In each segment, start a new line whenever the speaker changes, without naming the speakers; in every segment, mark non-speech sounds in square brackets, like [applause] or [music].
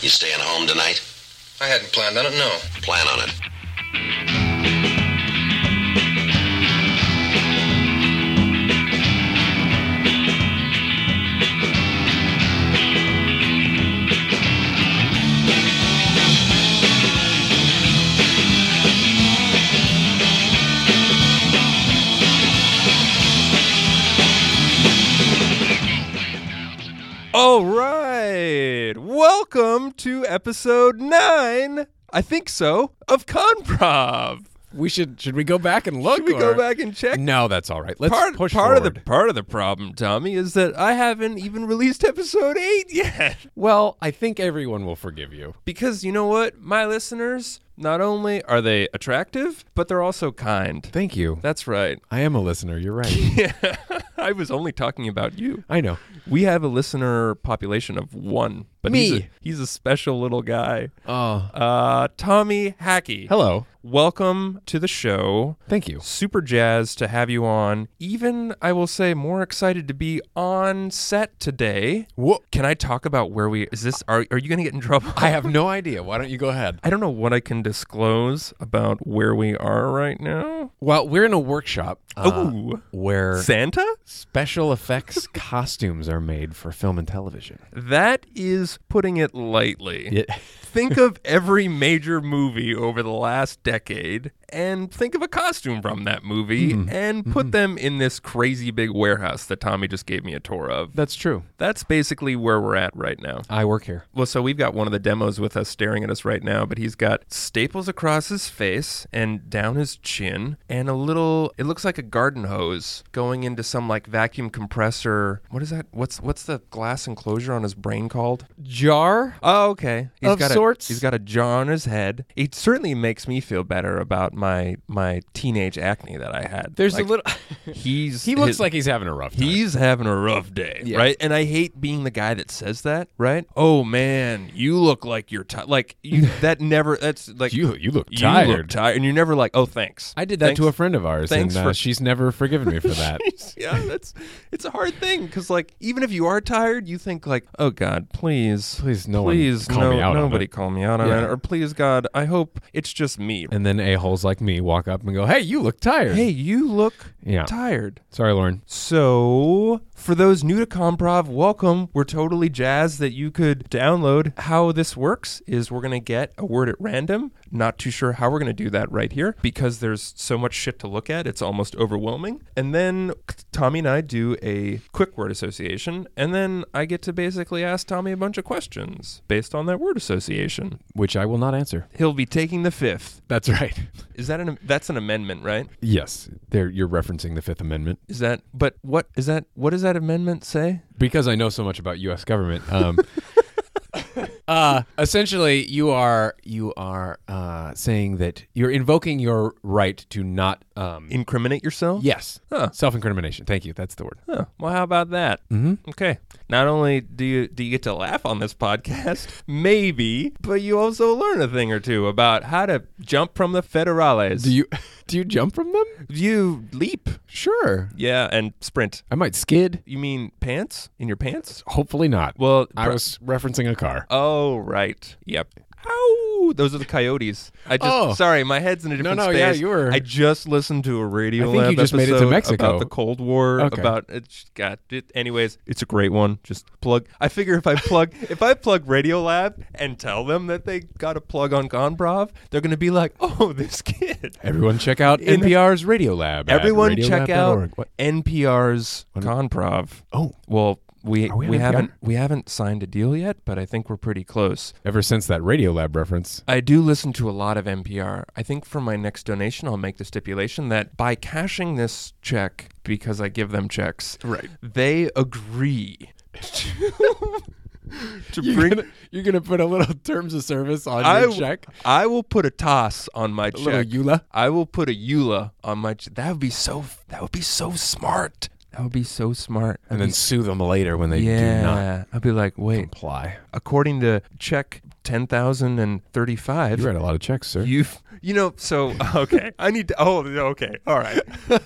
You staying home tonight?
I hadn't planned on it, no.
Plan on it.
All right. Welcome to episode nine, I think so, of Conprov.
We should should we go back and look?
Should we
or-
go back and check?
No, that's all right. Let's
part
push
part of the
forward.
part of the problem, Tommy, is that I haven't even released episode eight yet. [laughs]
Well, I think everyone will forgive you.
Because you know what? My listeners, not only are they attractive, but they're also kind.
Thank you.
That's right. [laughs]
I am a listener. You're right.
Yeah. I was only talking about you.
I know.
We have a listener population of one, but He's, a,
Me.
he's a special little guy.
Oh,
Uh, Tommy Hackey.
hello.
Welcome to the show.
Thank you.
Super jazzed to have you on. Even, I will say, more excited to be on set today.
Whoa.
Can I talk about where we? Is this? Are Are you gonna get in trouble?
I have no idea. Why don't you go ahead?
[laughs] I don't know what I can disclose about where we are right now.
Well, we're in a workshop uh,
Ooh.
where
Santa?
special effects [laughs] costumes are made for film and television.
That is putting it lightly.
Yeah.
think of every major movie over the last decade and think of a costume from that movie and put them in this crazy big warehouse that Tommy just gave me a tour of.
That's true.
That's basically where we're at right now.
I work here.
Well, so we've got one of the demos with us staring at us right now, but he's got staples across his face and down his chin and a little it looks like a garden hose going into some like vacuum compressor. What is that? What's what's the glass enclosure on his brain called?
Jar?
Oh, okay. He's
Of
got
sorts.
A, he's got a jar on his head. It certainly makes me feel better about my my teenage acne that I had.
There's
Like,
a little. [laughs]
He's
he looks
his-
like he's having a rough time.
he's having a rough day,
Yeah.
right? And I hate being the guy that says that, right? Oh man, you look like you're tired. Like
[laughs]
you, that never. That's like
you you look
you
tired.
look tired, and you're never like, oh thanks.
I did that
Thanks.
to a friend of ours,
Thanks
and uh,
for-
she's never forgiven
[laughs]
me for that.
yeah, that's it's a hard thing because like even if you are tired, you think like, oh God, please,
Please, no one
please,
call
no,
me out on
nobody
it."
call me out on it,
Yeah.
or please God, I hope it's just me.
And then a-holes like me walk up and go, hey, you look tired.
hey, you look
Yeah.
tired.
Sorry, Lauren.
So, for those new to Comprov, welcome. We're totally jazzed that you could download. How this works is we're going to get a word at random. Not too sure how we're going to do that right here because there's so much shit to look at. It's almost overwhelming. And then Tommy and I do a quick word association. And then I get to basically ask Tommy a bunch of questions based on that word association.
Which I will not answer.
He'll be taking the fifth.
That's right.
Is that an, that's an amendment, right?
yes, there you're referencing the Fifth Amendment.
Is that, but what is that, what does that amendment say?
Because I know so much about U.S. government. Um, [laughs] uh, essentially, you are you are uh, saying that you're invoking your right to not. Um,
Incriminate yourself?
yes,
Huh.
self-incrimination. Thank you. That's the word.
Huh. Well, how about that? Mm-hmm. Okay. Not only do you do you get to laugh on this podcast, [laughs] maybe, but you also learn a thing or two about how to jump from the federales.
Do you [laughs] do you jump from them?
You leap?
Sure.
Yeah, and sprint.
I might skid.
You mean pants? In your pants?
Hopefully not.
Well,
I
pro-
was referencing a car.
Oh, right. Yep. Ow! Those are the coyotes. I just
Oh.
sorry, my head's in a different
no,
space.
yeah, you were-
I just listened to a radio.
I think you
Lab
just made it to
episode
Mexico.
about the Cold War.
Okay.
About it's got it. Anyways, it's a great one. Just plug. I figure if I
[laughs]
plug if I plug Radio Lab and tell them that they got a plug on Gonbrov, they're gonna be like, oh, this kid.
Everyone check out
In-
NPR's Radio Lab. at
Everyone check out
radiolab.org. What?
NPR's Gonprov.
Oh.
Well, we
we
we,
on NPR?
haven't we haven't signed a deal yet, but I think we're pretty close.
Ever since that Radio Lab reference,
I do listen to a lot of NPR. I think for my next donation, I'll make the stipulation that by cashing this check, because I give them checks,
Right.
they agree to, [laughs] to bring.
gonna, [laughs] you're gonna put a little [laughs] terms of service on
I,
your
w-
check.
I will put a toss on my check.
little EULA?
I will put a EULA on my. Ch- that would be so. That would be so smart. That would be so smart.
And then sue them later when they do not
yeah, I'd be like, wait.
comply.
According to check ten thousand and thirty-five,
You write a lot of checks, sir.
You've, you know, so [laughs] okay. I need [laughs] to. Oh, okay. All right.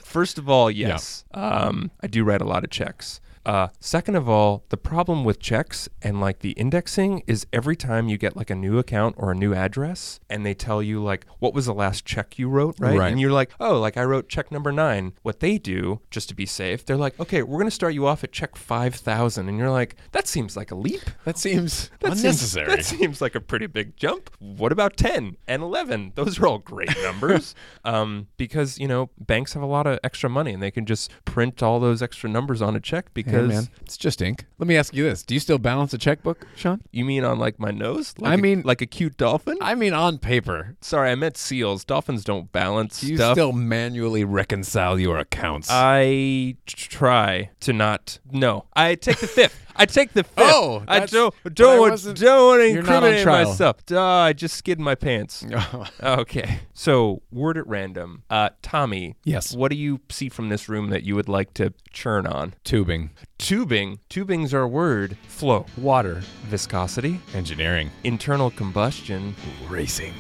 First of all, yes, um, I do write a lot of checks. Uh, second of all, the problem with checks and like the indexing is every time you get like a new account or a new address and they tell you like what was the last check you wrote, right?
Right.
And you're like, oh, like I wrote check number nine. What they do, just to be safe, they're like, okay, we're gonna start you off at check five thousand, and you're like, that seems like a leap.
[laughs] That seems
That seems-
unnecessary.
that seems like a pretty big jump. What about 10 and 11? Those are all
[laughs]
great numbers um, because, you know, banks have a lot of extra money and they can just print all those extra numbers on a check
Hey,
because
man, it's just ink. Let me ask you this: Do you still balance a checkbook, Sean?
you mean on like my nose? Like
I
a-
mean-
like a cute dolphin?
I mean, on paper,
Sorry, I meant seals. Dolphins don't balance
do you
stuff.
still manually reconcile your accounts?
I t- try to not. No, I take the fifth. I take the fifth.
[laughs] Oh,
I
that's-
don't
but I
don't want
wasn't-
don't want to
you're not on
incriminate
trial. Oh.
myself. Duh, I just skid my
[laughs]
pants. Okay. So, word at random. Uh, Tommy.
Yes.
What do you see from this room that you would like to churn on?
Tubing,
Tubing. Tubing's our word. Flow.
water,
Viscosity.
engineering,
Internal combustion.
racing,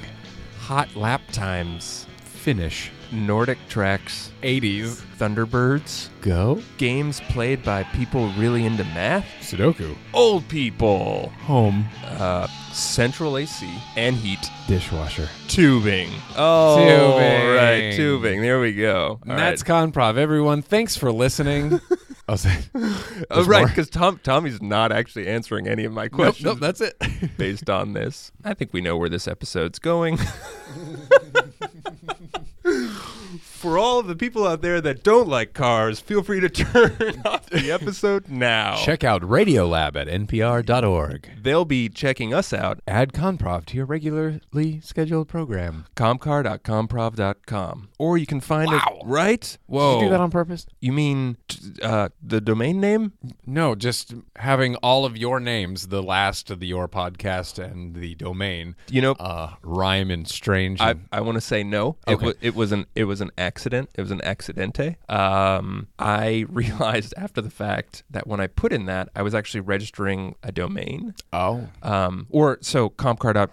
Hot lap times.
finish,
Nordic tracks.
eighties,
Thunderbirds.
go,
Games played by people really into math.
Sudoku,
Old people.
home,
Uh, central AC and heat.
dishwasher.
Tubing. Oh,
Tubing.
right. Tubing. There we go. All
And that's Conprov, everyone. Thanks for [laughs] listening. oh, sorry.
Oh,
There's
right,
more?
because Tom Tommy's not actually answering any of my
Nope,
questions
[laughs] nope, that's it.
based on this. I think we know where this episode's going. [laughs] For all of the people out there that don't like cars, feel free to [laughs] turn off the episode now.
Check out Radiolab at npr.org.
They'll be checking us out
Add Conprov to your regularly scheduled program.
comcar.comprov.com. Or you can find
Wow.
it right. Whoa,
Did you do that on purpose?
You mean t- uh, the domain name?
No, just having all of your names, the last of the your podcast and the domain,
You know,
uh, rhyme and strange.
I,
and-
I want to say no. It,
Okay.
wa- it was an it was an accident. It was an accidente. Um, I [laughs] realized after the fact that when I put in that, I was actually registering a domain.
oh,
Um, or so comcar.com.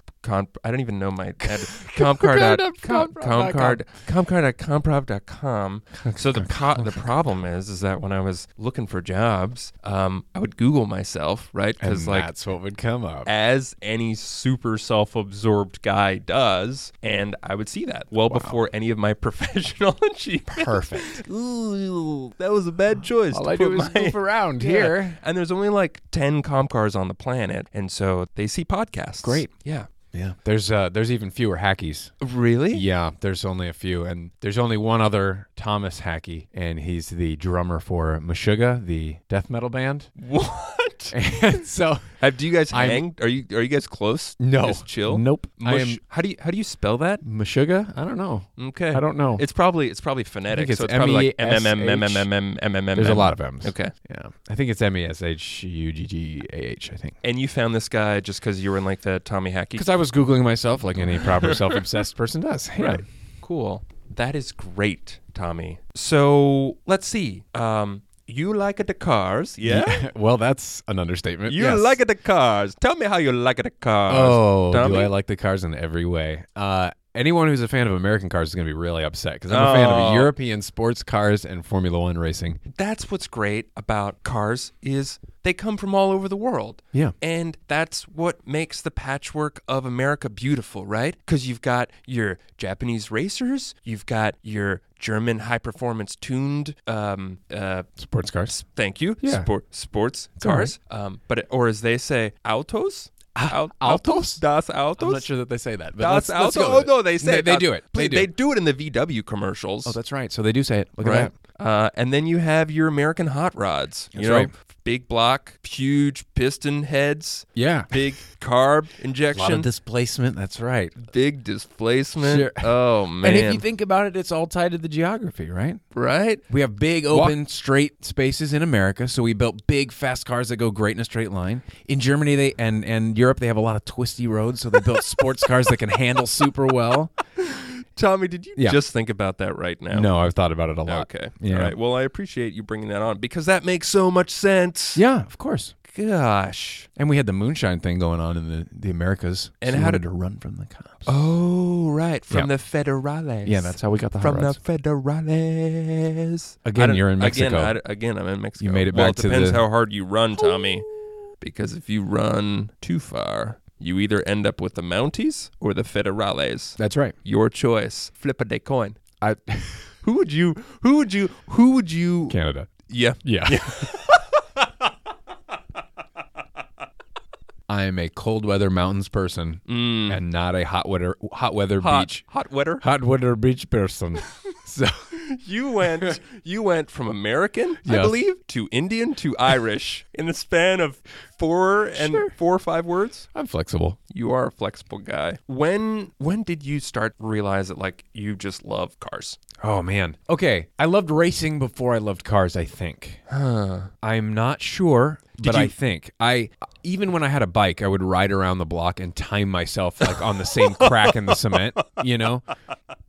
I don't even know [laughs] my ad, comcar.
Comcar.com.
comcar. comcar.comprov.com. So the co- the problem is is that when I was looking for jobs, um, I would Google myself, right?
and
Because like
that's what would come up.
as any super self-absorbed guy does, and I would see that well before any of my [laughs] professional achievements.
[laughs] Perfect.
Ooh, that was a bad choice.
all
to
I do
put
is
my-
goof around
Yeah.
here.
and there's only like ten comp cars on the planet, and so they see podcasts.
Great.
yeah.
Yeah, there's uh, there's even fewer hackies.
Really?
Yeah, there's only a few, and there's only one other Thomas Hackey, and he's the drummer for Meshuggah, the death metal band. [laughs]
What?
And so
Have, do you guys
I'm-
hang? Are you are you guys close?
no,
Just chill.
Nope. I
Mush-
am
how do you how do you spell that?
Meshuggah. I don't know.
Okay.
I don't know.
It's probably it's probably phonetic.
it's
so it's probably like
M E S H.
MMMMMMMMMMM.
there's a lot of M's.
Okay.
Yeah, I think it's M E S H U G G A H. I think.
And you found this guy just because you were in like the Tommy Hackey.
Because I was googling myself, like any [laughs] proper self-obsessed person does. Yeah.
Right. Cool. That is great, Tommy. So let's see. Um, you like the cars, yeah?
[laughs] well, that's an understatement.
You
yes.
like the cars. Tell me how you like the cars.
Oh,
Tommy?
do I like the cars in every way? Uh, anyone who's a fan of American cars is going to be really upset because I'm a fan
Oh.
of European sports cars and Formula One racing.
That's what's great about cars is they come from all over the world.
Yeah.
And that's what makes the patchwork of America beautiful, right? Because you've got your Japanese racers, you've got your German high performance tuned um, uh,
Sports cars.
Thank you.
Yeah.
Sport, sports
all right. Uh,
cars. Um, but or as they say, autos. Au-
autos?
Das
I'm
autos.
not sure that they say that. But
Das
let's, let's
auto.
go
Oh
with it.
no, they say
they,
that.
do it. Uh, They
Please,
do.
They do it in the VW commercials.
oh, that's right. So they do say it. Look
right.
at that.
Uh, and then you have your American hot rods.
That's
you know,
right.
big block, huge piston heads,
Yeah.
big carb
A lot of
injection,
displacement. That's right.
big displacement.
Sure.
Oh man,
[laughs] And if you think about it, it's all tied to the geography, right?
right?
We have big, open, straight spaces in America, so we built big, fast cars that go great in a straight line. In Germany, they and [laughs] and Europe, they have a lot of twisty roads, so they built sports cars that can handle super well.
Tommy, did you
Yeah.
just think about that right now?
No, I've thought about it a lot.
Okay.
Yeah.
All right. Well, I appreciate you bringing that on because that makes so much sense.
Yeah, of course.
Gosh.
And we had the moonshine thing going on in the, the Americas.
And
So we
how
wanted
did-
to run from the cops?
Oh, right. From
Yeah.
the federales.
yeah, that's how we got the hot
from the
rods.
federales.
Again,
I don't-
you're in Mexico.
Again, I, again, I'm in Mexico.
You made it
well,
back
it
to
depends
the-
how hard you run, Tommy. Because if you run too far, you either end up with the Mounties or the federales.
That's right.
Your choice. Flip a de coin.
I
Who would you? Who would you? Who would you?
[laughs] Canada.
Yeah.
Yeah. I am a cold weather mountains person and not a hot weather hot weather
Hot,
beach
hot weather.
hot weather beach person. so
You
[laughs]
went you went from American, I
Yes.
believe, to Indian to Irish in the span of four and four or five words.
I'm flexible.
You are a flexible guy. When when did you start to realize that like you just love cars?
Oh man. Okay, I loved racing before I loved cars. I think. I'm not sure, but I
you-
think I even when I had a bike, I would ride around the block and time myself like on the same crack in the cement. You know,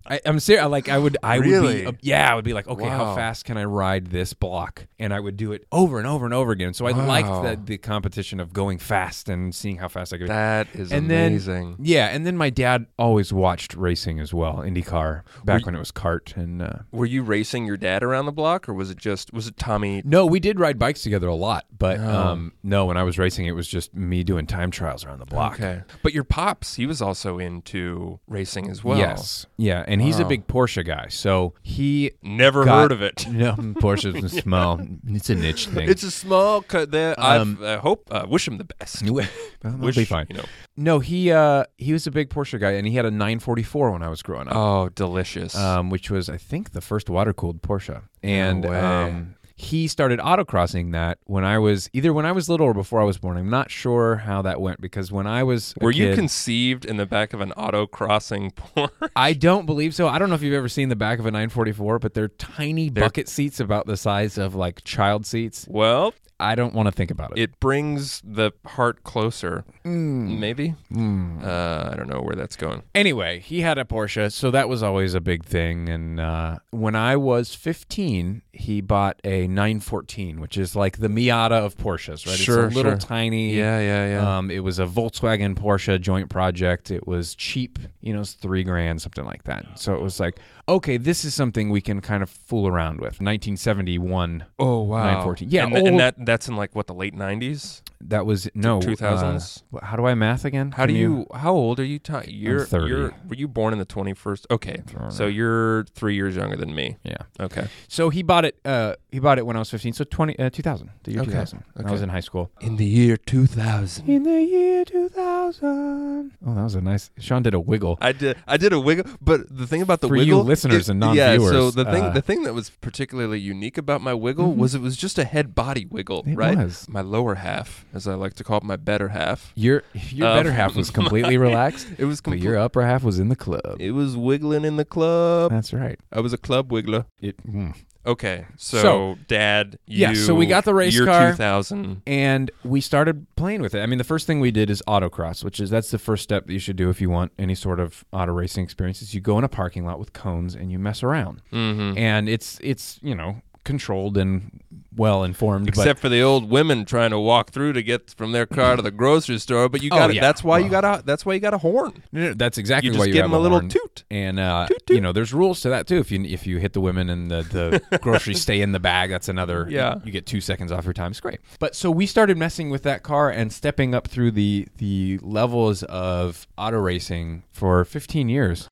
I, I'm serious. Like I would, I
Really?
would be, yeah, I would be like, okay,
Wow.
how fast can I ride this block? And I would do it over and over and over again. So I
Wow.
liked the, the competition of going fast and seeing how fast I could.
That is
and
amazing.
then yeah, and then my dad always watched racing as well, IndyCar back when it was kart and. Uh,
Were you racing your dad around the block or was it just was it Tommy
No, we did ride bikes together a lot, but um, no, when I was racing, it was just me doing time trials around the block.
Okay. But your pops, he was also into racing as well.
Yes. Yeah, and he's a
Wow.
big Porsche guy, so he
Never
got-
heard of it.
[laughs] No, Porsches [laughs] and small. It's a niche thing.
It's a small cut there. I've- I hope uh, wish him the best.
[laughs] well, that'll
Wish,
Um, be fine.
you know.
No, he uh, he was a big Porsche guy, and he had a 944 when I was growing up,
Oh, delicious.
um, which was I think the first water cooled Porsche, and
way.
um, he started autocrossing that when I was either when I was little or before I was born. I'm not sure how that went because when I was a
Were you
kid-
conceived in the back of an auto [laughs] crossing porn?
I don't believe so. I don't know if you've ever seen the back of a 944, but they're tiny bucket seats about the size of like child seats.
well,
I don't want to think about it.
it brings the heart closer. Maybe. Uh, I don't know where that's going.
Anyway, he had a Porsche, so that was always a big thing. And uh, when I was 15, he bought a 914, which is like the Miata of Porsches, right?
Sure,
it's a little
sure.
tiny.
Yeah, Uh, yeah, yeah.
Um, it was a Volkswagen Porsche joint project. It was cheap, you know, it's three grand, something like that. So it was like, okay, this is something we can kind of fool around with. 1971.
Oh wow.
914. Yeah,
and, th- and
old-
that that's in like what the late 90s?
That was no
2000s?
uh, wh- how do I math again?
How do you, how old are you? Ty? You're
30.
you're were you born in the 21st? Okay. So you're 3 years younger than me.
Yeah.
Okay.
So he bought it. Uh, he bought it when I was fifteen. So twenty, uh, two thousand, the year
Okay,
two thousand. I was in high school.
In the year 2000.
In the year two thousand. Oh, that was a nice. Sean did a wiggle.
I did. I did a wiggle, but the thing about the
For you
wiggle,
listeners and
yeah. So
non-viewers,
the thing,
uh, Mm-hmm.
the thing that was particularly unique about my wiggle was it was just a head body wiggle,
It
right?
was.
My lower half, as I like to call it, my better half.
Your your
Uh,
better
[laughs]
half was completely relaxed,
It was
but
complete.
your upper half was in the club.
It was wiggling in the club.
That's right.
I was a club wiggler.
It. mm.
Okay, so,
So-
Dad, you,
Yeah, so we got the race
year
car.
2000.
and we started playing with it. I mean, the first thing we did is autocross, which is that's the first step that you should do if you want any sort of auto racing experience. Is you go in a parking lot with cones and you mess around,
mm-hmm.
and it's it's you know controlled and well informed.
Except for the old women trying to walk through to get from their car to the grocery store, but you got
Oh, yeah.
that's why you got a that's why you got a horn.
but, no, no, that's
You
exactly why
just
you
give
have
them a little
horn.
toot.
and uh, you know there's rules to that too. If you if you hit the women and the,
[laughs]
the groceries stay in the bag, that's another.
Yeah.
you get two seconds off your time. It's great. But so we started messing with that car and stepping up through the the levels of auto racing for 15 years.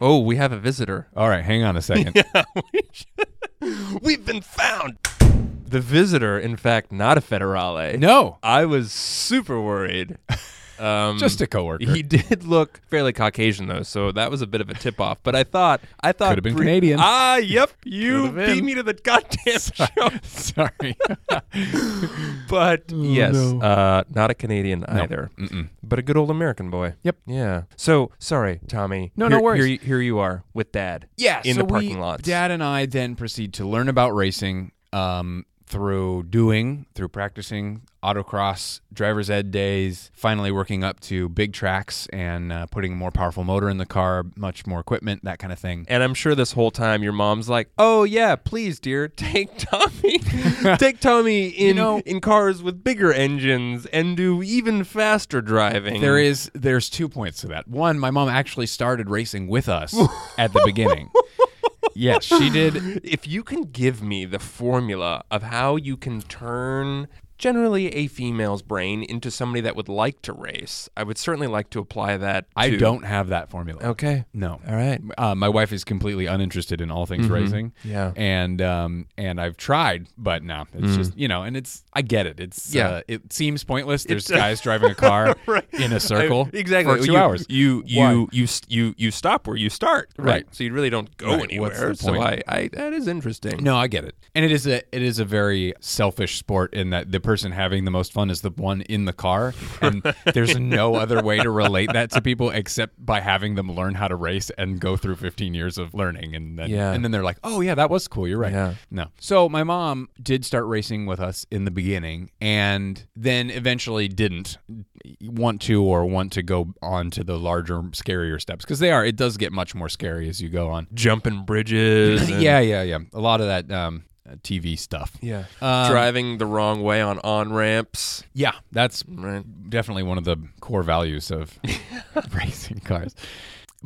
Oh, we have a visitor.
All right, hang on a second.
[laughs] We've been found. The visitor, in fact, not a federale.
No,
I was super worried. Um,
[laughs] just [laughs] a coworker.
[laughs] He did look fairly Caucasian though, so that was a bit of a tip off. But I thought, I thought
Could've been Canadian.
Ah,
[laughs]
yep, you
Could've been.
beat me to the
[laughs]
goddamn show.
Sorry.
But yes,
Oh, no.
uh, not a Canadian either, but a good old American boy.
Yep.
Yeah. So sorry, Tommy.
No,
Here-
no worries.
Here, you- here you are with Dad.
yeah,
In
so
the parking
we,
lots.
Dad and I then proceed to learn about racing um, through doing, through practicing autocross, driver's ed days, finally working up to big tracks and uh, putting a more powerful motor in the car, much more equipment, that kind of thing.
And I'm sure this whole time your mom's like, "Oh yeah, please, dear, [laughs] take
[laughs]
Tommy, take Tommy in
know-
in cars with bigger engines and do even faster driving."
There is there's two points to that. One, my mom actually started racing
[laughs]
with us at the beginning. Yes, she did.
if you can give me the formula of how you can turn generally a female's brain into somebody that would like to race, I would certainly like to apply that.
I
to-
don't have that formula.
Okay.
No.
All right.
Uh, my wife is completely uninterested in all things racing.
Mm-hmm. Yeah. Mm-hmm.
and um, and I've tried, but no, it's just you know, and it's I get it. It's
Yeah.
uh, it seems pointless. There's guys driving
[laughs]
a car in a circle
I- exactly.
for two
you,
hours.
You
Why?
you you s- you you stop where you start.
Right.
So you really don't go
Right. What's
anywhere.
the
So
point?
I, I that is interesting.
No, I get it. And it is a it is a very selfish sport in that the person having the most fun is the one in the car.
[laughs]
And there's no other way to relate that to people except by having them learn how to race and go through 15 years of learning and then
Yeah.
and then they're like, "Oh yeah, that was cool. You're right."
Yeah.
No. So my mom did start racing with us in the beginning and then eventually didn't want to or want to go on to the larger scarier steps because they are it does get much more scary as you go on.
Jumping
[clears throat]
bridges. and-
Yeah, yeah, yeah. A lot of that um, uh, TV stuff.
Yeah.
Um,
Driving the wrong way on on ramps.
Yeah, that's
Right.
definitely one of the core
[laughs]
values of racing cars.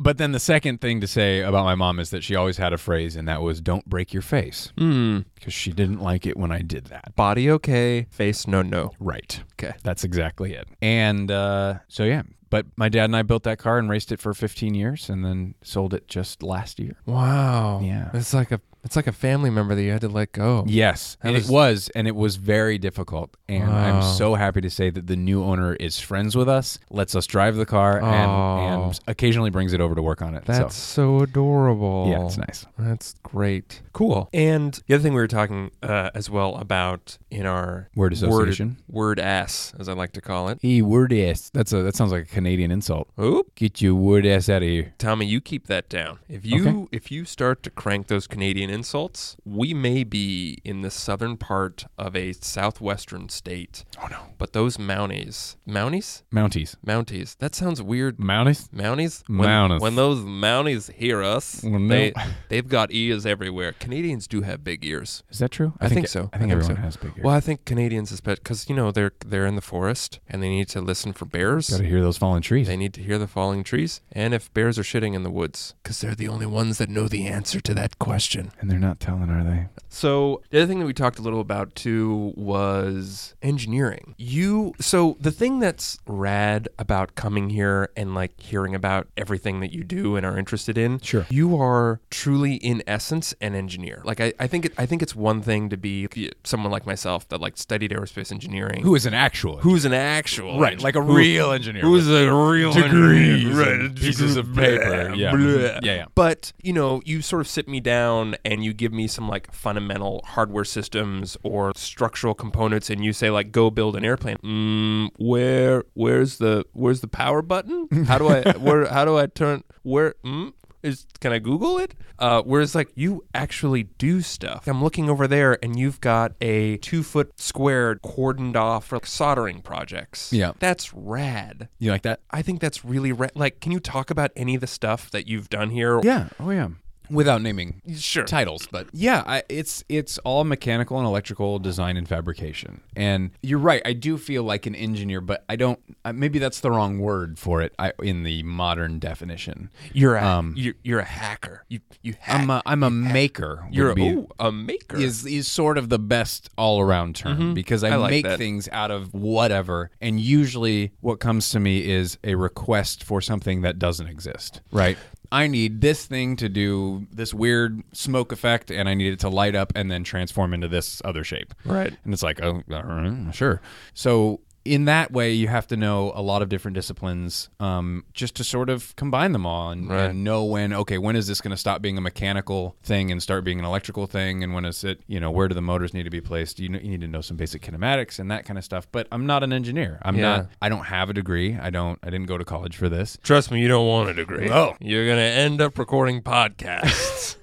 But then the second thing to say about my mom is that she always had a phrase, and that was "Don't break your face,"
Hmm.
because she didn't like it when I did that.
Body okay. Face no no.
Right.
Okay.
That's exactly it. And uh, so yeah, but my dad and I built that car and raced it for 15 years, and then sold it just last year.
Wow.
Yeah.
It's like a it's like a family member that you had to let go.
Yes,
That
and
was-
it was, and it was very difficult. And
Wow.
I'm so happy to say that the new owner is friends with us, lets us drive the car, and,
Oh.
and occasionally brings it over to work on it.
That's so, adorable.
so, yeah, it's nice.
That's great. Cool. And the other thing we were talking uh, as well about in our
Word association.
word, word ass, as I like to call it.
E word ass. That's a that sounds like a Canadian insult.
Oop,
Get your word ass out of here.
Tommy, you keep that down. If you if you start to crank those Canadian insults, we may be in the southern part of a southwestern state.
Oh no,
But those Mounties, Mounties,
Mounties,
Mounties. That sounds weird.
Mounties.
Mounties. When,
Mounties.
When those Mounties hear us,
Well, no. [laughs]
they they've got ears everywhere. Canadians do have big ears.
Is that true?
I think so.
I think
I think
everyone
so.
has big ears.
Well, I think Canadians, especially because you know they're they're in the forest and they need to listen for bears.
Got to hear those falling trees.
They need to hear the falling trees, and if bears are shitting in the woods, because they're the only ones that know the answer to that question.
And they're not telling, are they?
So the other thing that we talked a little about too was engineering. You so the thing that's rad about coming here and like hearing about everything that you do and are interested in.
Sure.
You are truly in essence an engineer. Like I, I think it, I think it's one thing to be someone like myself that like studied aerospace engineering.
Who is an actual?
Who's an actual
right?
engi-
Like a
who-
real engineer.
Who's a real
degrees
engineer, right,
and
a
pieces
degree-
of paper.
blah,
Yeah.
blah.
Yeah, yeah.
But you know, you sort of sit me down and you give me some like fundamental hardware systems or structural components, and you say like, "Go build an airplane." Mm, where where's the where's the power button? How do I where how do I turn where? Mm? Is, can I Google it? Uh, whereas, like, you actually do stuff. I'm looking over there, and you've got a two foot square cordoned off for like, soldering projects.
Yeah.
That's rad.
you like that?
I think that's really ra- like. Can you talk about any of the stuff that you've done here?
Yeah. Oh yeah. Without naming
sure.
titles, but yeah, I, it's it's all mechanical and electrical design and fabrication. And you're right, I do feel like an engineer, but I don't. I, maybe that's the wrong word for it I, in the modern definition.
You're a
Um,
you're, you're a hacker. You you hack.
I'm a, I'm a maker. would
you're a,
be-
ooh, a maker.
is is sort of the best all around term because I,
I like
make
that.
things out of whatever, and usually what comes to me is a request for something that doesn't exist. Right. I need this thing to do this weird smoke effect, and I need it to light up and then transform into this other shape.
Right.
And it's like, oh, all right, sure. So in that way, you have to know a lot of different disciplines um, just to sort of combine them all and,
Right.
and know when, okay, when is this going to stop being a mechanical thing and start being an electrical thing? And when is it, you know, where do the motors need to be placed? You, kn- you need to know some basic kinematics and that kind of stuff. But I'm not an engineer. I'm
Yeah.
not, I don't have a degree. I don't, I didn't go to college for this.
Trust me, you don't want a degree.
No. [laughs]
You're gonna end up recording podcasts.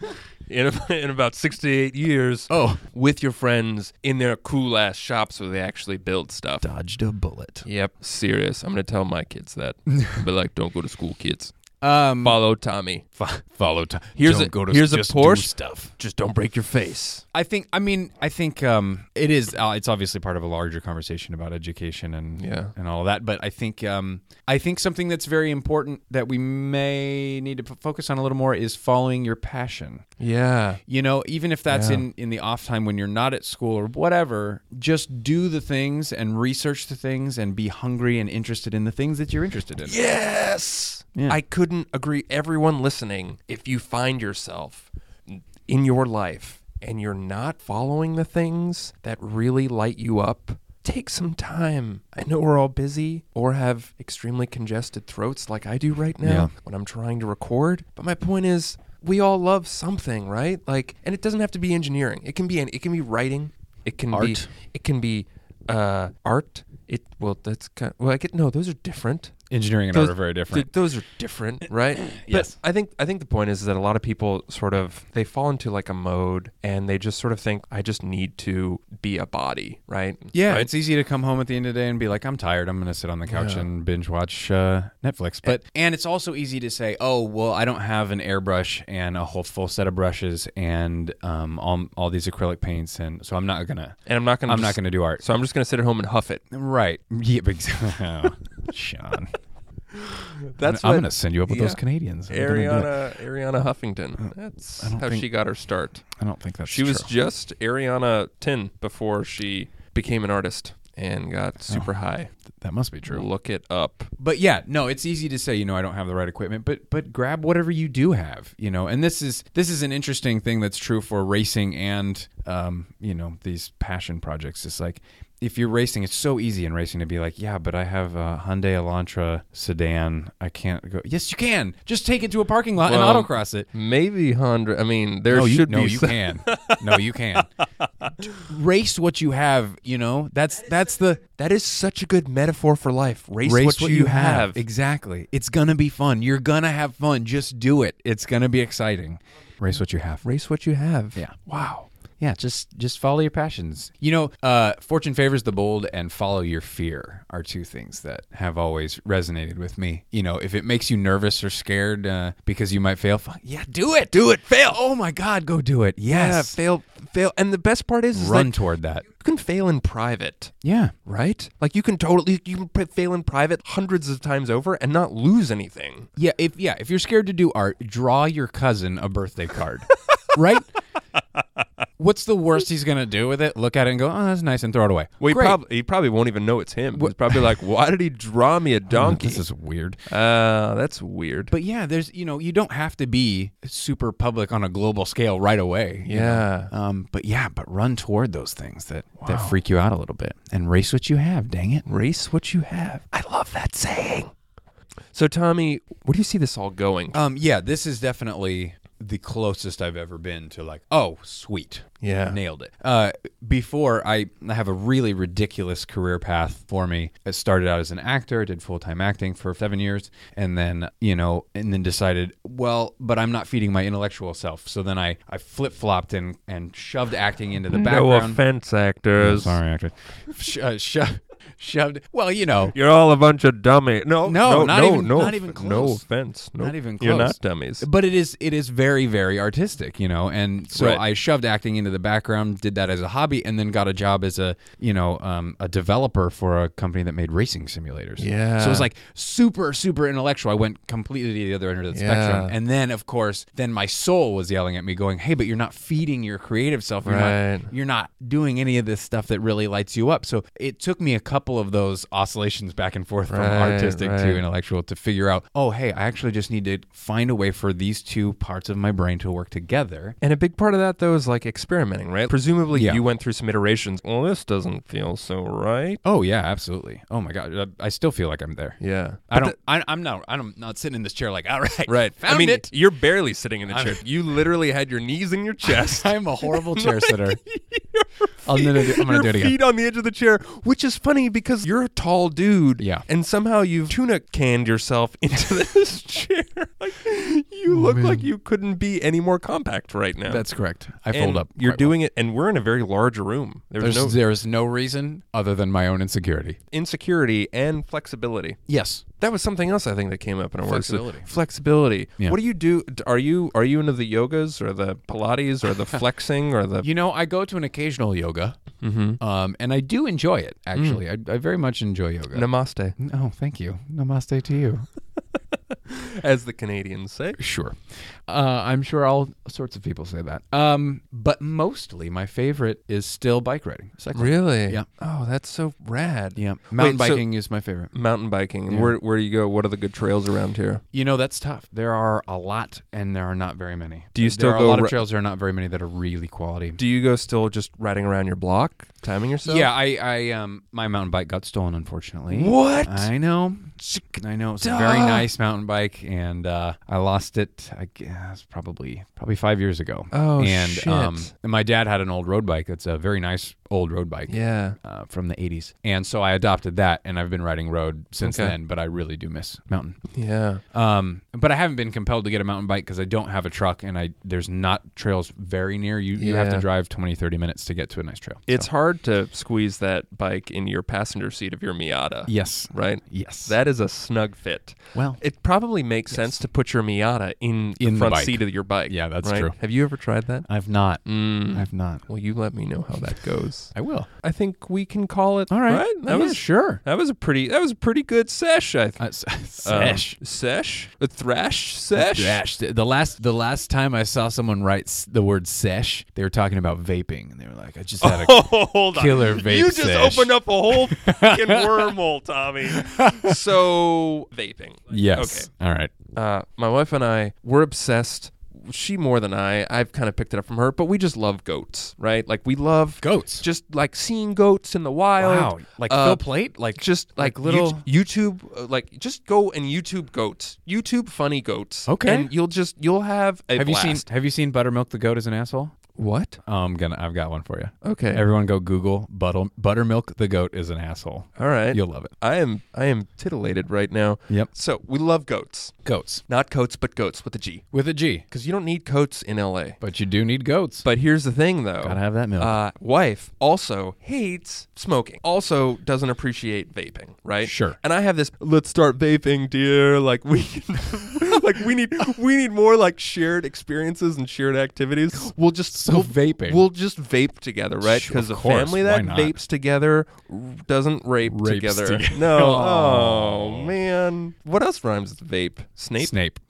in, in about six to eight years
Oh.
with your friends in their cool ass shops where they actually build stuff.
Dodged a bullet.
Yep, serious. I'm gonna tell my kids that.
[laughs]
Be like, don't go to school, kids.
Um,
Follow Tommy.
fo- follow. T-
Here's
don't
a-
go to
here's a
just
Porsche.
do stuff.
Just don't break your face.
I think. I mean, I think um, it is. Uh, it's obviously part of a larger conversation about education and
Yeah.
and all of that. But I think um, I think something that's very important that we may need to f- focus on a little more is following your passion.
Yeah.
You know, even if that's in in the off time when you're not at school or whatever, just do the things and research the things and be hungry and interested in the things that you're interested in.
Yes.
Yeah.
I couldn't agree. Everyone listening, if you find yourself in your life and you're not following the things that really light you up, take some time. I know we're all busy or have extremely congested throats like I do right now
Yeah.
when I'm trying to record, but my point is we all love something, right? Like and it doesn't have to be engineering. It can be an, it can be writing. It can be
Art.
it can be uh, art. It well, that's kind. well, I get no. Those are different.
Engineering and
Those-
art are very different.
Th- those are different,
[clears throat]
right?
Yes.
But I think I think the point is that a lot of people sort of they fall into like a mode and they just sort of think I just need to be a body, right?
Yeah, it's easy to come home at the end of the day and be like, I'm tired. I'm going to sit on the couch and binge watch uh, Netflix. But and it's also easy to say, oh well, I don't have an airbrush and a whole full set of brushes and um, all all these acrylic paints, and so I'm not gonna.
And I'm not gonna.
I'm not
just-
going to do art.
So I'm just gonna sit at home and huff it.
Right. [laughs] Yeah, but oh, Sean.
That's
I'm
what
going to send you up with those
yeah.
Canadians. I'm gonna do it. Uh,
Ariana Ariana Huffington. That's
I don't
how
think-
she got her start.
I don't think that's
She was
true.
just Ariana Tin before she became an artist and
Oh.
got super high.
that must be true.
Look it up.
but yeah, no, it's easy to say, you know, I don't have the right equipment, but but grab whatever you do have, you know. And this is this is an interesting thing that's true for racing and um, you know, these passion projects. It's like if you're racing, it's so easy in racing to be like, yeah, but I have a Hyundai Elantra sedan. I can't go. Yes, you can. Just take it to a parking lot
Well,
and autocross it.
Maybe hundred. I mean, there
no, you,
should
no,
be
you
some-
can. No,
[laughs]
you can. D- Race what you have, you know. That's that's the
That is such a good metaphor for life. Race, what, you, have.
Exactly. It's going to be fun. You're going to have fun. Just do it. It's going to be exciting. Race what you have.
Race what you have.
Yeah.
Wow.
Yeah, just just follow your passions. You know, uh, fortune favors the bold and follow your fear are two things that have always resonated with me. You know, if it makes you nervous or scared uh, because you might fail, fuck, yeah, do it. Do it. Fail. Oh my god, go do it.
Yeah.
Yes.
Fail. Fail. And the best part is, is
Run
like,
toward that.
you can fail in private,
Yeah.
right? Like you can totally you can p- fail in private hundreds of times over and not lose anything.
Yeah, if yeah, if you're scared to do art, draw your cousin a birthday card. [laughs] right? What's the worst he's gonna do with it? Look at it and go, "Oh, that's nice," and throw it away.
Well, he,
Great.
prob- he probably won't even know it's him. He's probably like, "Why did he draw [laughs] me a donkey?"
This is weird.
uh, that's weird.
But yeah, there's you know, you don't have to be super public on a global scale right away. you
yeah.
know? Um, but yeah, but run toward those things that that freak you out a little bit and race what you have. Dang it.
Race what you have. I love that saying. Uh, So Tommy, where do you see this all going?
Um, yeah, this is definitely the closest I've ever been to like, oh, sweet.
Yeah.
Nailed it. Uh, before I I have a really ridiculous career path for me. I started out as an actor, did full time acting for seven years, and then you know, and then decided, well, but I'm not feeding my intellectual self. So then I I flip flopped and and shoved acting into the background.
offense, actors.
Sorry, actor. Sh- uh, sho- shoved. Well, you know,
You're all a bunch of dummy. No,
No,
no,
not
no,
even-
no,
not even
No
close.
offense. Nope.
Not even
You're
close.
not dummies.
But it is it is very very artistic, you know. And so
Right.
I shoved acting into the background, did that as a hobby, and then got a job as a you know um, a developer for a company that made racing simulators.
Yeah.
So it was like super super intellectual. I went completely to the other end of the
Yeah.
spectrum, and then of course then my soul was yelling at me, going, "Hey, but you're not feeding your creative self. You're
Right.
not you're not doing any of this stuff that really lights you up." So it took me a couple of those oscillations back and forth from
Right,
artistic
right.
to intellectual to figure out, oh, hey, I actually just need to find a way for these two parts of my brain to work together.
And a big part of that though is like experimenting, right? Presumably
Yeah.
you went through some iterations. Well, this doesn't feel so right.
Oh yeah, absolutely. Oh my god, I- I still feel like I'm there.
Yeah.
I don't. I, I'm not. I'm not sitting in this chair like, all [laughs] right,
[laughs] Right.
Found
I mean,
it.
you're
[laughs]
barely sitting in the chair. You literally had your knees in your chest.
[laughs] I'm a horrible chair sitter. I'm gonna do, [laughs] I'm gonna
your
do it again.
feet on the edge of the chair, which is funny because you're a tall dude.
Yeah.
And somehow you've tuna canned yourself [laughs] into this chair. [laughs] Like you look like you couldn't be any more compact right now.
Oh, That's correct. I
and
fold up.
You're
quite well.
doing it, and we're in a very large room. There's,
There's,
no
there's no reason other than my own insecurity.
insecurity and flexibility.
Yes.
That was something else I think that came up in our work. So
Flexibility.
Flexibility.
Yeah.
What do you do? d- Are you are you into the yogas or the Pilates or
[laughs]
the flexing or the?
You know, I go to an occasional yoga, um, and I do enjoy it. Actually, I, I very much enjoy yoga.
Namaste,
Mm. no, Oh, thank you. Namaste to you.
as the Canadians say.
Sure. Uh, I'm sure all sorts of people say that. Um, but mostly my favorite is still bike riding. Cycling.
Really?
Yeah.
Oh, that's so rad.
Yeah. Mountain
Wait, so-
biking is my favorite.
Mountain biking. Where where do you go? What are the good trails around here?
You know, that's tough. There are a lot and there are not very many.
Do you still
there are
go
a lot
ri-
of trails there are not very many that are really quality.
Do you go still just riding around your block, timing yourself?
yeah, I, I um my mountain bike got stolen unfortunately.
What?
I know. I know. It's a very
Duh.
nice mountain bike and uh, I lost it I guess probably probably 5 years ago.
Oh,
and
shit.
um and my dad had an old road bike. It's a very nice old road bike.
Yeah.
uh, from the 80s. And so I adopted that and I've been riding road since
Okay.
then, but I really do miss mountain.
Yeah.
Um, but I haven't been compelled to get a mountain bike because I don't have a truck and I there's not trails very near. You, you have to
Yeah.
drive 20, 30 minutes to get to a nice trail.
It's
So-
hard to squeeze that bike into your passenger seat of your Miata.
Yes.
Right?
Yes.
That is a snug fit.
Well.
it probably makes sense to put your Miata in the
In the
front
bike.
seat of your bike.
Yeah, that's
right?
true.
Have you ever tried that?
I've not. I've not.
Well, you let me know how that goes.
[laughs] I will.
Mm. I think we can call it.
All right.
That
Yeah,
was
sure.
That was a pretty. That was a pretty good sesh. I think.
Uh, [laughs] s- sesh.
Um, sesh. A thrash sesh.
Sesh. The the last the last time I saw someone write s- the word sesh, they were talking about vaping, and they were like, "I just had [laughs] a
Oh, [laughs] hold on.
Killer vape
You just
sesh.
opened up a
[laughs]
whole fucking wormhole, Tommy. so vaping.
yes."
Okay.
All right.
Uh, my wife and I were obsessed. She more than I. I've kind of picked it up from her, but we just love goats, right? Like we love
Goats.
Just like seeing goats in the wild.
Wow, like
Uh,
Phil Plate, like
Just like,
little-
little YouTube, uh, like just go and YouTube goats, YouTube funny goats.
Okay.
and you'll just you'll have a
have you seen
blast.
Have you seen Buttermilk the goat as an asshole?
what?
Oh, I'm gonna I've got one for you.
Okay,
Everyone go Google Butter, Buttermilk the goat is an asshole.
all right.
You'll love it.
I am I am titillated right now.
Yep.
So we love goats,
Goats
not coats, but goats with a G,
with a G,
because you don't need coats in L.A.
but you do need goats.
But here's the thing, though.
Gotta have that milk.
Uh, wife also hates smoking. Also doesn't appreciate vaping. Right.
Sure.
And I have this. Let's start vaping, dear. [laughs] Like we, like we need we need more like shared experiences and shared activities. We'll just
So
we'll,
vaping.
We'll just vape together, right?
Sure,
Because
of
a
course.
family
Why
that
not?
vapes together r- doesn't rape
Rapes
together.
together. [laughs]
No.
Aw.
Oh man. What else rhymes with vape? Snape.
Snape.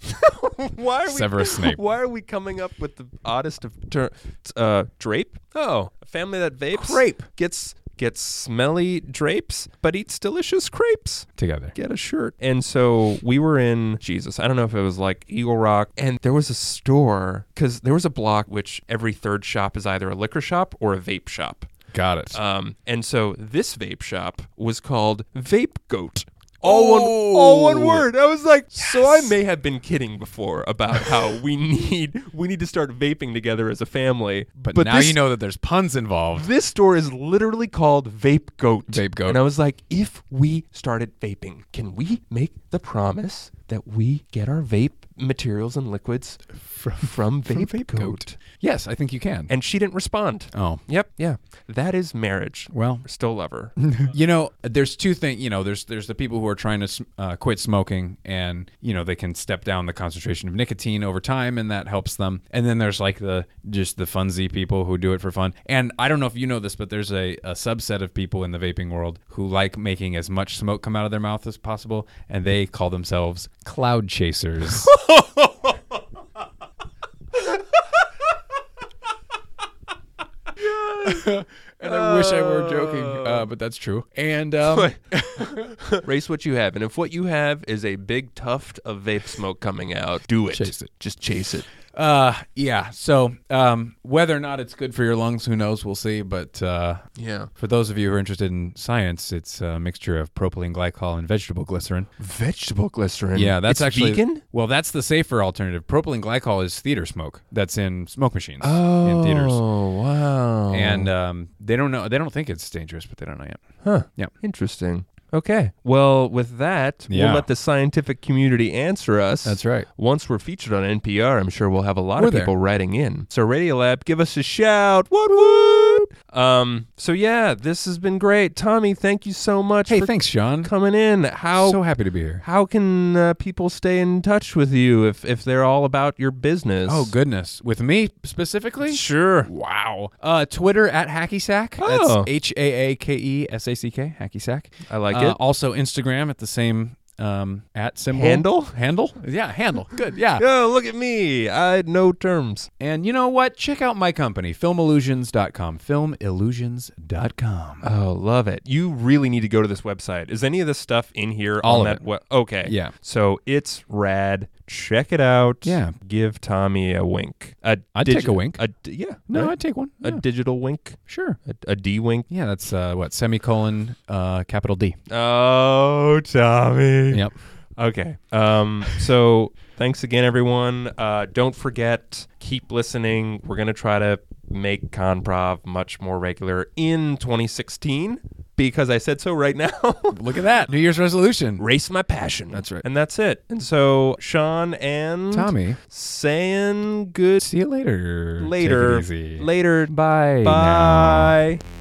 [laughs] Why are we,
Severus Snape.
Why are we coming up with the oddest of ter- uh, drape? Oh, a family that vapes
Crepe.
gets gets smelly drapes, but eats delicious crepes.
Together.
Get a shirt. And so we were in Jesus. I don't know if it was like Eagle Rock, and there was a store because there was a block which every third shop is either a liquor shop or a vape shop.
Got it.
Um, and so this vape shop was called Vape Goat. All one, all one
Oh.
word. I was like, so I may have been kidding before about how we [laughs] need we need to start vaping together as a family.
but, now
this,
you know that there's puns involved.
this store is literally called Vape Goat.
Vape Goat.
And I was like, if we started vaping, can we make the promise that we get our vape materials and liquids [laughs] from, Vape, Goat?
Yes, I think you can.
And she didn't respond.
oh.
Yep, yeah, that is marriage.
Well,
Still love her.
[laughs] Uh, you know, there's two things. You know, there's there's the people who are trying to s- uh, quit smoking, and you know they can step down the concentration of nicotine over time, and that helps them. And then there's like the just the funsy people who do it for fun. And I don't know if you know this, but there's a, a subset of people in the vaping world who like making as much smoke come out of their mouth as possible, and they call themselves cloud chasers. [laughs] and I wish I were joking, uh, but that's true. And [laughs] um,
Race what you have, and if what you have is a big tuft of vape smoke coming out, do it.
Chase it.
Just chase it.
Uh, yeah. So, um, whether or not it's good for your lungs, who knows? We'll see. But uh,
Yeah.
for those of you who are interested in science, it's a mixture of propylene glycol and vegetable glycerin.
Vegetable glycerin.
Yeah,
It's
that's actually
vegan.
Well, that's the safer alternative. Propylene glycol is theater smoke. That's in smoke machines in theaters.
Oh wow.
And um, they don't know. They don't think it's dangerous, but they don't know yet.
huh.
yeah.
Interesting. Okay. Well, with that,
Yeah.
we'll let the scientific community answer us.
right.
Once we're featured on NPR, I'm sure we'll have a lot
We're
of
there.
people writing in. So Radiolab, give us a shout. What would? Um, so yeah, this has been great. Tommy, thank you so much
Hey,
for
thanks, Sean.
coming in. How
so happy to be here.
how can uh, people stay in touch with you if if they're all about your business?
Oh goodness, with me specifically.
Sure.
Wow. Uh, Twitter at Hacky Sack.
Oh.
That's H A A K E S A C K. Hacky Sack.
I like it.
Uh, Also Instagram at the same um, at symbol
Handle?
Handle. Yeah, handle. Good. Yeah.
Oh, look at me. I know terms.
And you know what? Check out my company, filmillusions.com. Filmillusions.com.
Oh, love it. You really need to go to this website. Is any of this stuff in here on
All of
that
it.
we- Okay.
Yeah.
So it's rad. Check it out.
Yeah.
Give Tommy a wink. A
I'd take a wink.
A, di- yeah.
no,
right?
I'd take one.
a
Yeah,
digital wink.
sure.
A, a D wink.
Yeah, that's uh, what? Semicolon, uh, capital D.
Oh, Tommy.
Yep.
Okay. Um, so thanks again, everyone. Uh, don't forget, keep listening. We're going to try to make Conprov much more regular in 2016 because I said so right now. [laughs]
Look at that. New Year's resolution.
Race my passion. That's
right.
And that's it. And so Sean and
Tommy,
saying good
see you later. Take it
later.
easy.
Later.
Bye. now.
Bye.